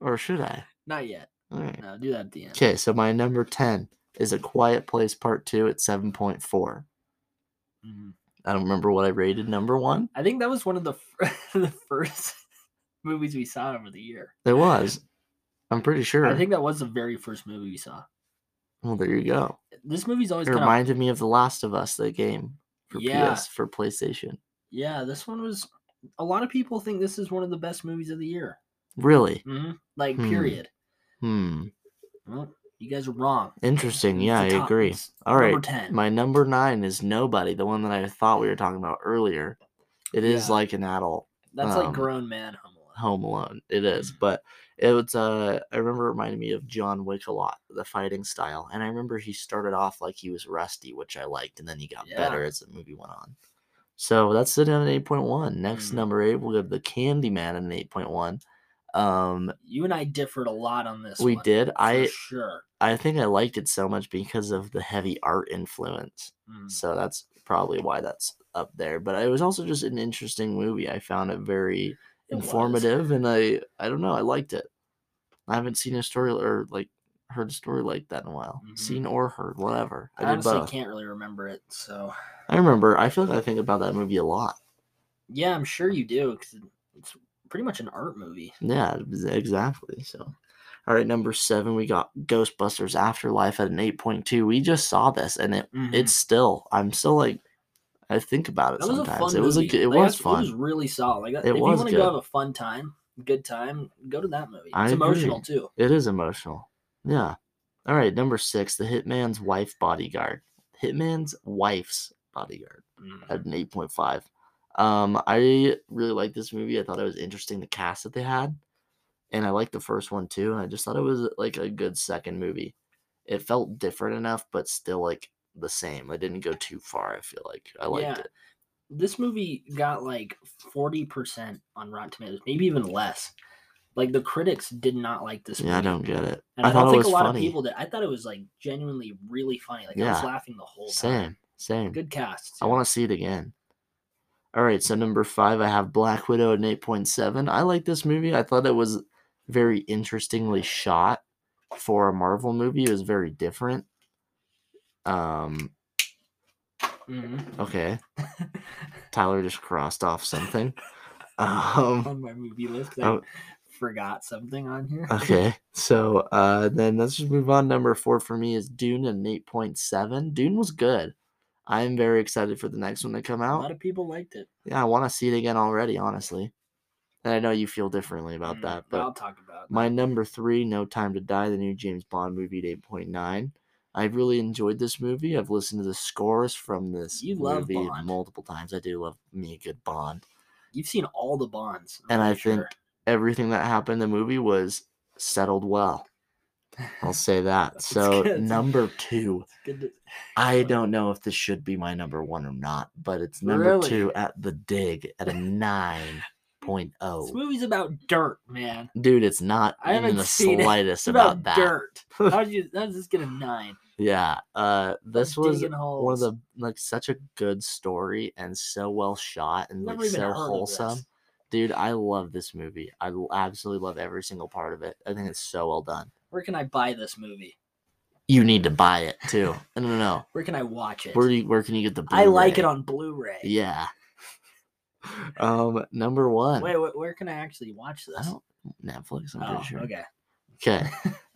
or should i Not yet. all right No, do that at the end. okay so my number 10 is a quiet place part 2 at 7.4 Mhm. i don't remember what i rated number one I think that was one of the f- the first movies we saw over the year. it was i'm pretty sure I think that was the very first movie we saw. well there you go This movie's always it kind of reminded me of the last of us that game for Yeah. ps for playstation yeah. This one was. A lot of people think this is one of the best movies of the year. really hmm Like, Hmm. period. hmm Well, you guys are wrong. interesting yeah i It's the top- agree it's all right Number ten. My number nine is Nobody, the one that I thought we were talking about earlier. It is Yeah. like an adult That's like Um, grown man home alone. Home Alone. It is, Mm-hmm. but it was. Uh, I remember it reminded me of John Wick a lot, the fighting style, and I remember he started off like he was rusty, which I liked, and then he got Yeah. better as the movie went on. So that's it on eight point one. Next Mhm. number eight, we'll give the Candyman an eight point one. Um, You and I differed a lot on this. we one, did. for I sure. I think I liked it so much because of the heavy art influence. Mm. So that's probably why that's up there. But it was also just an interesting movie. I found it very It was. informative, and I I don't know. I liked it. I haven't seen a story or like heard a story like that in a while. Mhm. Seen or heard, whatever. I I did honestly both. can't really remember it. So I remember. I feel like I think about that movie a lot. yeah, I'm sure you do because it's pretty much an art movie. Yeah, ex- exactly. So. All right, number seven, we got Ghostbusters Afterlife at an 8.2. We just saw this and it it's still I'm still like I think about it Mm-hmm. that was a sometimes. fun. it was a movie. good- it Like, was that's- fun. It was really solid. Like, uh, It if you was want to good. go have a fun time, good time, go to that movie. It's I agree. emotional too. It is emotional. Yeah. All right, number six, the Hitman's Wife Bodyguard. Hitman's Wife's Bodyguard Mm. at an eight point five. Um, I really liked this movie. I thought it was interesting the cast that they had, and I liked the first one too. And I just thought it was like a good second movie. It felt different enough, but still like the same. I didn't go too far. I feel like I liked Yeah. it. This movie got like 40% on Rotten Tomatoes, maybe even less. Like the critics did not like this movie. Yeah, I don't get it. And I, thought don't it think was a lot funny. of people did. I thought it was like genuinely really funny. Like I Yeah. was laughing the whole time. Same, same. Good cast. I want to see it again. All right, so number five, I have Black Widow at an eight point seven. I like this movie. I thought it was very interestingly shot for a Marvel movie. It was very different. Um. Mhm. Okay. Tyler just crossed off something. Um. on my movie list. 'cause Oh. I forgot something on here. Okay. So uh, then let's just move on. Number four for me is Dune at an eight point seven. Dune was good. I am very excited for the next one to come A out. lot of people liked it. Yeah, I want to see it again already, honestly. And I know you feel differently about Mm, that, but but I'll talk about it. my number three, No Time to Die, the new James Bond movie at 8.9. I really enjoyed this movie. I've listened to the scores from this You love movie Bond. multiple times. I do love me a good Bond. You've seen all the Bonds. I'm And I pretty think sure. Everything that happened in the movie was settled well. I'll say that. That's so, good. number two, It's good to- I Excellent. don't know if this should be my number one or not, but it's number Really? two at the dig at a 9.0. Oh. This movie's about dirt, man. Dude, it's not I even haven't the seen it. slightest It's about, about, that. dirt. How did you? How does this get a nine? Yeah, uh, this was Digging holes. one of the like such a good story and so well shot and Never like even so heard of wholesome. this. Dude, I love this movie. I l- absolutely love every single part of it. I think it's so well done. Where can I buy this movie? You need to buy it too. No, no, no. Where can I watch it? Where do you, where can you get the? I like it Blu-ray? on Blu-ray. Yeah. um, number one. Wait, wait, where can I actually watch this? I don't Netflix. I'm oh, pretty sure. okay. Okay.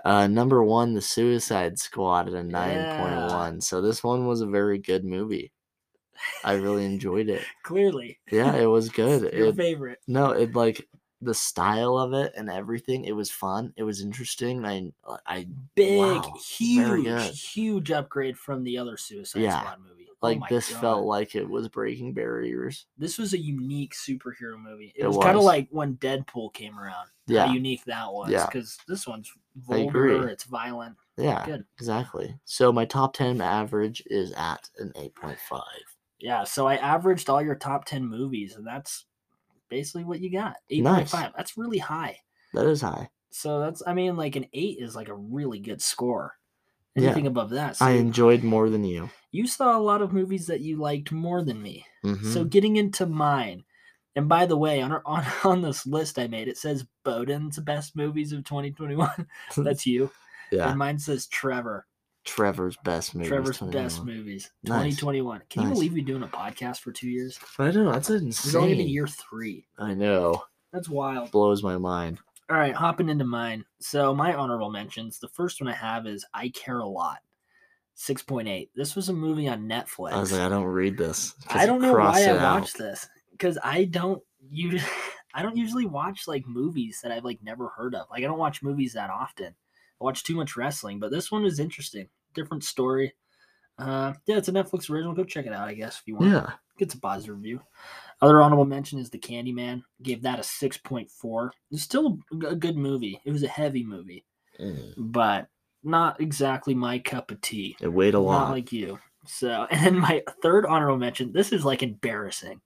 Uh, number one, The Suicide Squad at a 9.1. So this one was a very good movie. I really enjoyed it. Clearly, Yeah, it was good. your It, favorite. no, it like the style of it and everything. It was fun. It was interesting. I, I, Big, Wow, very good. huge, huge upgrade from the other Suicide Yeah. Squad movie. Oh like my this God. felt like it was breaking barriers. this was a unique superhero movie. It, It was, kind of was. like when Deadpool came around. Yeah. How unique that was. Yeah. Because this one's I agree. vulgar. It's violent. yeah. good. Exactly. So my top 10 average is at an 8.5. Yeah, so I averaged all your top 10 movies, and that's basically what you got. 8.5. Nice. That's really high. That is high. So that's, I mean, like an 8 is like a really good score. Yeah. Anything above that. So I you- enjoyed more than you. you saw a lot of movies that you liked more than me. Mhm. So getting into mine. And by the way, on, our, on on this list I made, it says Bowden's best movies of 2021. That's you. yeah. And mine says Trevor. Trevor's best movie. Trevor's best movies. Nice. 2021. Can you Nice. believe we're doing a podcast for two years? I know that's This is only into insane. year three. I know, That's wild. blows my mind. All right, hopping into mine. So my honorable mentions. The first one I have is I Care a Lot. 6.8. This was a movie on Netflix. I was like, I don't read this. 'cause I you don't know cross why it I out. watched this because I don't you I don't usually watch like movies that I've like never heard of. Like I don't watch movies that often. I watch too much wrestling, but this one is interesting. Different story. Uh, yeah, it's a Netflix original. Go check it out, I guess, if you want. Yeah, Gets a positive review. Other honorable mention is The Candyman. Gave that a 6.4. It's still a g- a good movie. It was a heavy movie, Mm. but not exactly my cup of tea. It weighed a lot. Not like you. So, and then my third honorable mention, this is like embarrassing.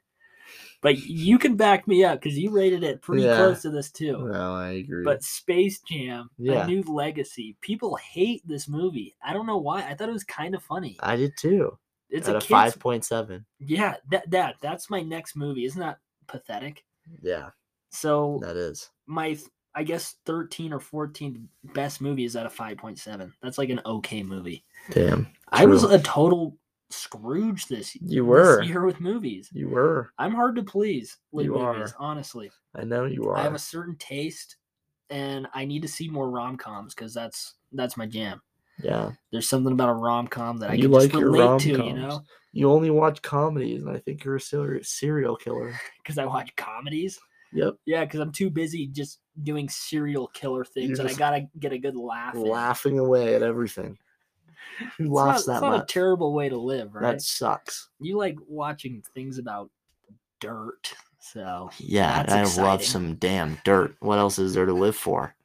But you can back me up because you rated it pretty Yeah. close to this too. well, I agree. But Space Jam, Yeah. A New Legacy. People hate this movie. I don't know why. I thought it was kind of funny. I did too. It's at a a kid's, five point seven. Yeah, that that that's my next movie. Isn't that pathetic? Yeah, So that is. my th- I guess thirteen or fourteen best movie is at a five point seven. That's like an okay movie. Damn. I was True. a total Scrooge this You this were. year with movies. You were. I'm hard to please with You movies, are. honestly. I know you are. I have a certain taste, and I need to see more rom coms because that's that's my jam. Yeah. There's something about a rom com that I You can like just your relate to, you rom-coms. know? You only watch comedies, and I think you're a serial, serial killer. Because I watch comedies. Yep. Yeah, because I'm too busy just doing serial killer things, and I just gotta get a good laugh. in. Laughing away at everything. Who It's laughs not, it's that not a much? terrible way to live, right? That sucks. You like watching things about dirt, so Yeah, That's I love exciting. some damn dirt. What else is there to live for,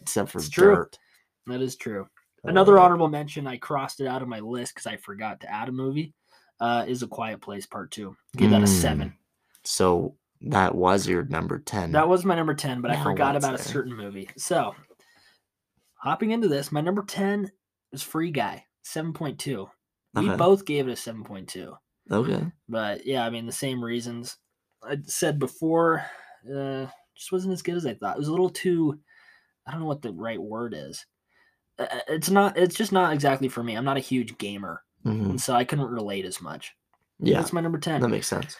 except for It's true. dirt? that is true. Another Uh, honorable mention, I crossed it out of my list because I forgot to add a movie, uh, is A Quiet Place Part 2. Give that a 7. So that was your number ten. That was my number 10, but I Now forgot what's about a there? certain movie. So, hopping into this, my number 10 is Free Guy, 7.2. We Okay. both gave it a 7.2. okay. But yeah, I mean, the same reasons. I said before, uh, just wasn't as good as I thought. It was a little too, I don't know what the right word is. Uh, uh, It's not, it's just not exactly for me. I'm not a huge gamer. Mhm. and so I couldn't relate as much. Yeah, That's my number 10. that makes sense.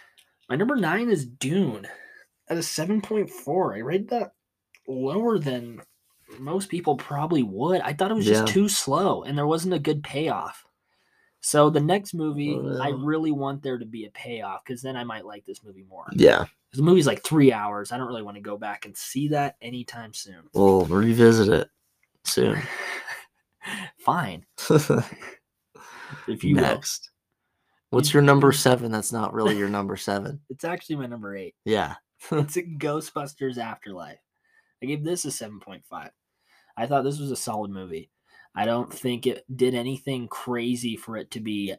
my number 9 is Dune at a 7.4. I rated that lower than most people probably would. I thought it was just Yeah. too slow and there wasn't a good payoff. So the next movie, I Well. really want there to be a payoff because then I might like this movie more. 'Cause Yeah, The movie's like three hours. I don't really want to go back and see that anytime soon. we'll revisit it soon. Fine. If you will. Next, what's your number seven? That's not really your number seven. It's actually my number eight. Yeah. it's a Ghostbusters Afterlife. I gave this a 7.5. I thought this was a solid movie. I don't think it did anything crazy for it to be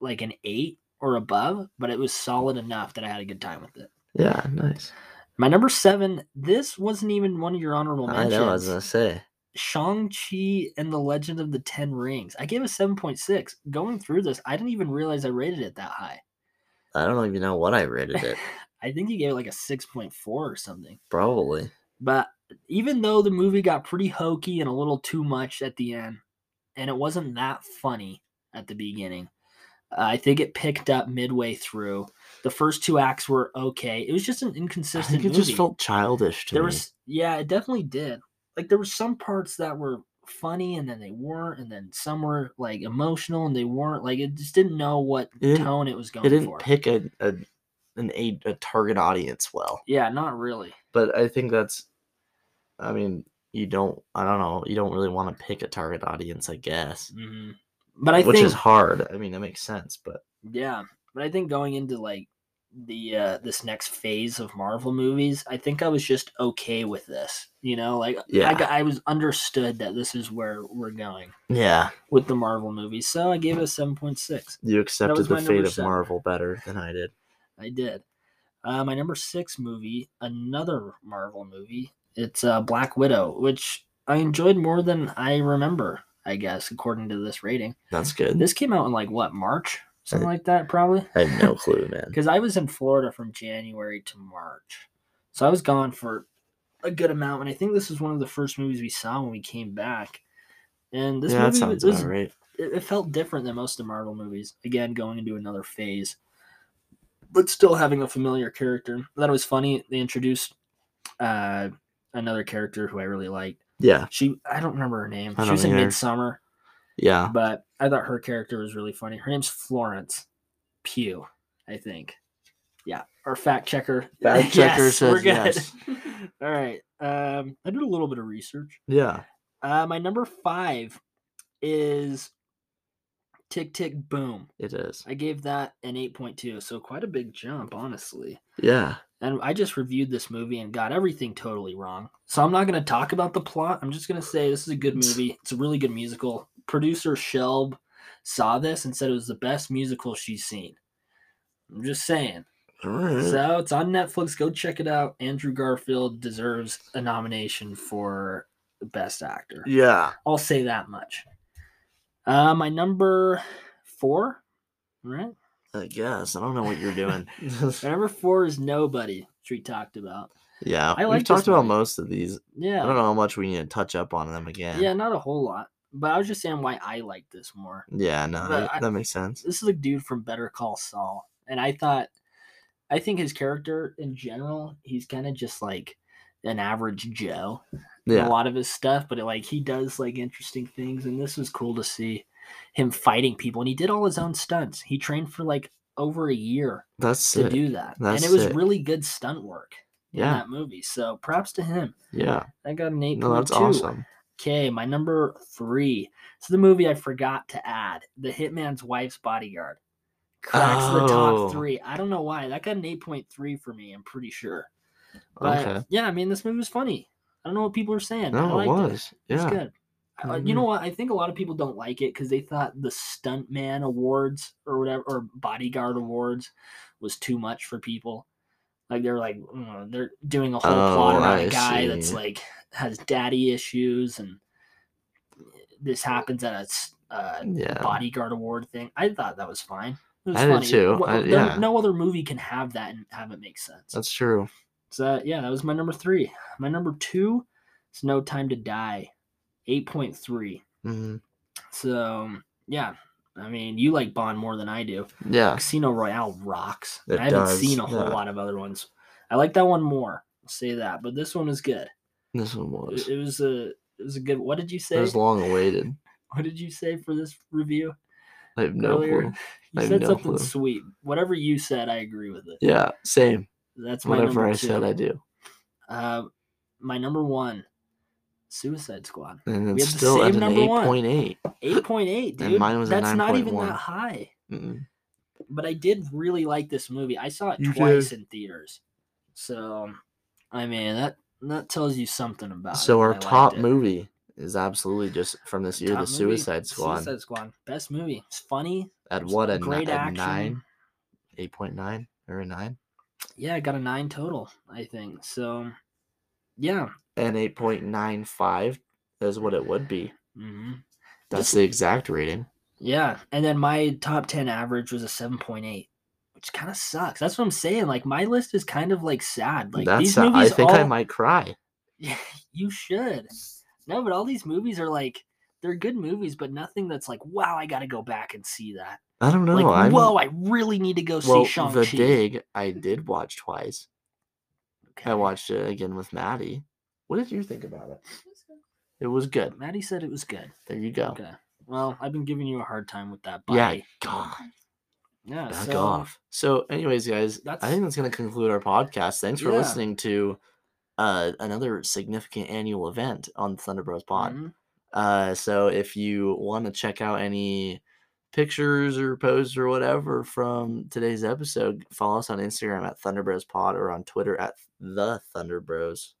like an 8 or above, but it was solid enough that I had a good time with it. Yeah. Nice. My number 7, this wasn't even one of your honorable I mentions. know. I was gonna say. Shang-Chi and the Legend of the Ten Rings. I gave a 7.6. Going through this, I didn't even realize I rated it that high. I don't even know what I rated it. I think you gave it like a 6.4 or something. Probably. But even though the movie got pretty hokey and a little too much at the end, and it wasn't that funny at the beginning, I think it picked up midway through. The first two acts were okay. It was just an I inconsistent think it movie. just felt childish to there me. was yeah, it definitely did. Like there were some parts that were funny and then they weren't, and then some were like emotional and they weren't. Like it just didn't know what didn't- tone it was going it didn't for. pick a, a an a, a target audience well. yeah, not really. but I think that's, I mean, you don't, I don't know, you don't really want to pick a target audience, I guess, hmm But I which think is hard. I mean, that makes sense, but Yeah, but I think going into like the uh this next phase of Marvel movies, I think I was just okay with this. You know, like Yeah. I, got- I was understood that this is where we're going yeah, with the Marvel movies, so I gave it a seven point six. you was accepted the my number fate of seven. Marvel better than I did. I did. Uh, my number six movie, another Marvel movie, it's uh, Black Widow, which I enjoyed more than I remember. I guess according to this rating, That's good. this came out in like what March, something like that, probably. I have no clue, man. because I was in Florida from January to March, so I was gone for a good amount. And I think this was one of the first movies we saw when we came back. And this yeah, that movie, sounds was, about right. it, it felt different than most of the Marvel movies. Again, going into another phase, but still having a familiar character. I thought it was funny. They introduced uh, another character who I really liked. Yeah, She, I don't remember her name. I She was don't in either. Midsummer, yeah. but I thought her character was really funny. Her name's Florence Pugh, I think. Yeah, our fact checker. Fact checker says we're good. yes. All right. Um, I did a little bit of research. Yeah. Uh, my number five is Tick tick boom. It is. I gave that an 8.2, so quite a big jump, honestly. Yeah. And I just reviewed this movie and got everything totally wrong. So I'm not going to talk about the plot. I'm just going to say this is a good movie. It's a really good musical. Producer Shelb saw this and said it was the best musical she's seen. I'm just saying. All right. So it's on Netflix. Go check it out. Andrew Garfield deserves a nomination for Best Actor. yeah. I'll say that much. Uh, my number four, right? I guess. I don't know what you're doing. My number four is Nobody, which we talked about. yeah. I we've like this talked about movie. most of these. Yeah. I don't know how much we need to touch up on them again. Yeah, not a whole lot. But I was just saying why I like this more. Yeah, no, But that, I- that makes sense. This is a dude from Better Call Saul. And I thought, I think his character in general, he's kind of just like an average Joe in a Yeah. lot of his stuff. But like he does like interesting things. And this was cool to see him fighting people. And he did all his own stunts. He trained for like over a year That's to sick. do that. That's and it was sick. really good stunt work in yeah. that movie. So props to him. Yeah. I got an 8.2. No, that's awesome. Okay, my number three. So the movie I forgot to add, The Hitman's Wife's Bodyguard, cracks the Oh. top three. I don't know why that got an eight point three for me. I'm pretty sure. But okay. yeah, I mean this movie was funny. I don't know what people are saying. I No, it liked was. It was Yeah. good. I- I- you know what? I think a lot of people don't like it because they thought the stuntman awards or whatever or bodyguard awards was too much for people. Like they're like "Mm, they're doing a whole plot Oh, about I a guy that's see. like has daddy issues and eh, this happens at a s- uh, Yeah. bodyguard award thing. I thought that was fine. It was I did funny. too. Wha- I- there- yeah. No other movie can have that and have it make sense. That's true. So uh, yeah, that was my number three. My number two is No Time to Die, eight point three. Mhm. So um, yeah, I mean you like Bond more than I do. Yeah. Casino Royale rocks. It I haven't does, seen a whole yeah. lot of other ones. I like that one more. I'll say that, but this one was good. This one It, was. it was a it was a good. What did you say? It was long awaited. What did you say for this review? I have no Earlier. clue. I You have said no something clue. sweet. Whatever you said, I agree with it. Yeah. Same. That's my Whatever number I two. said, I do. Uh, my number one, Suicide Squad. And We it's had the still same at an number one. 8.8. Eight point eight, And dude. mine was a That's not even 9.1. that high. Mm. But I did really like this movie. I saw it You twice in theaters. So, I mean that that tells you something about. So it. our Uh, I top liked it. movie is absolutely just from this year, Top The movie, Suicide Squad. Suicide Squad, best movie. It's funny. At It's what? A, great ni- a action. nine? 8.9 or a 9? Yeah, I got a nine total. I think so. Yeah. And 8.95 is what it would be. hmm That's Just- the exact rating. Yeah, and then my top ten average was a seven point eight, which kind of sucks. That's what I'm saying. Like my list is kind of like sad. Like That's these a- I movies think all I might cry. Yeah, you should. No, but all these movies are like they're good movies, but nothing that's like, wow, I gotta go back and see that. I don't know. like, I'm, whoa, I really need to go see well, Shang The Chi. Dig, I did watch twice. I watched it again with Maddie. What did you think about it? It was good. Maddie said it was good. There you go. Okay. Well, I've been giving you a hard time with that. Oh. Yeah, Buddy. God, Yeah. back so, off. So, anyways, guys, I that's- think that's gonna conclude our podcast. Thanks for Yeah. listening to uh, another significant annual event on Thunder Bros Pod. mhm, Uh, so if you want to check out any pictures or posts or whatever from today's episode, follow us on Instagram at Thunderbros Pod or on Twitter at the Thunderbros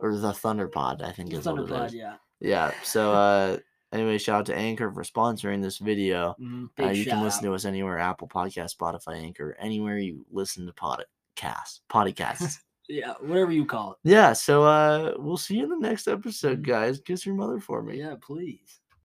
or the Thunderpod, I think is Thunder what it Blood, is. yeah. Yeah. So uh, anyway, shout out to Anchor for sponsoring this video. mhm, Uh, big you can shout listen out. to us anywhere: Apple Podcast, Spotify, Anchor, anywhere you listen to podcasts. Podcasts. Yeah, whatever you call it. yeah. So uh, we'll see you in the next episode, Mhm. guys. Kiss your mother for me. Yeah, please.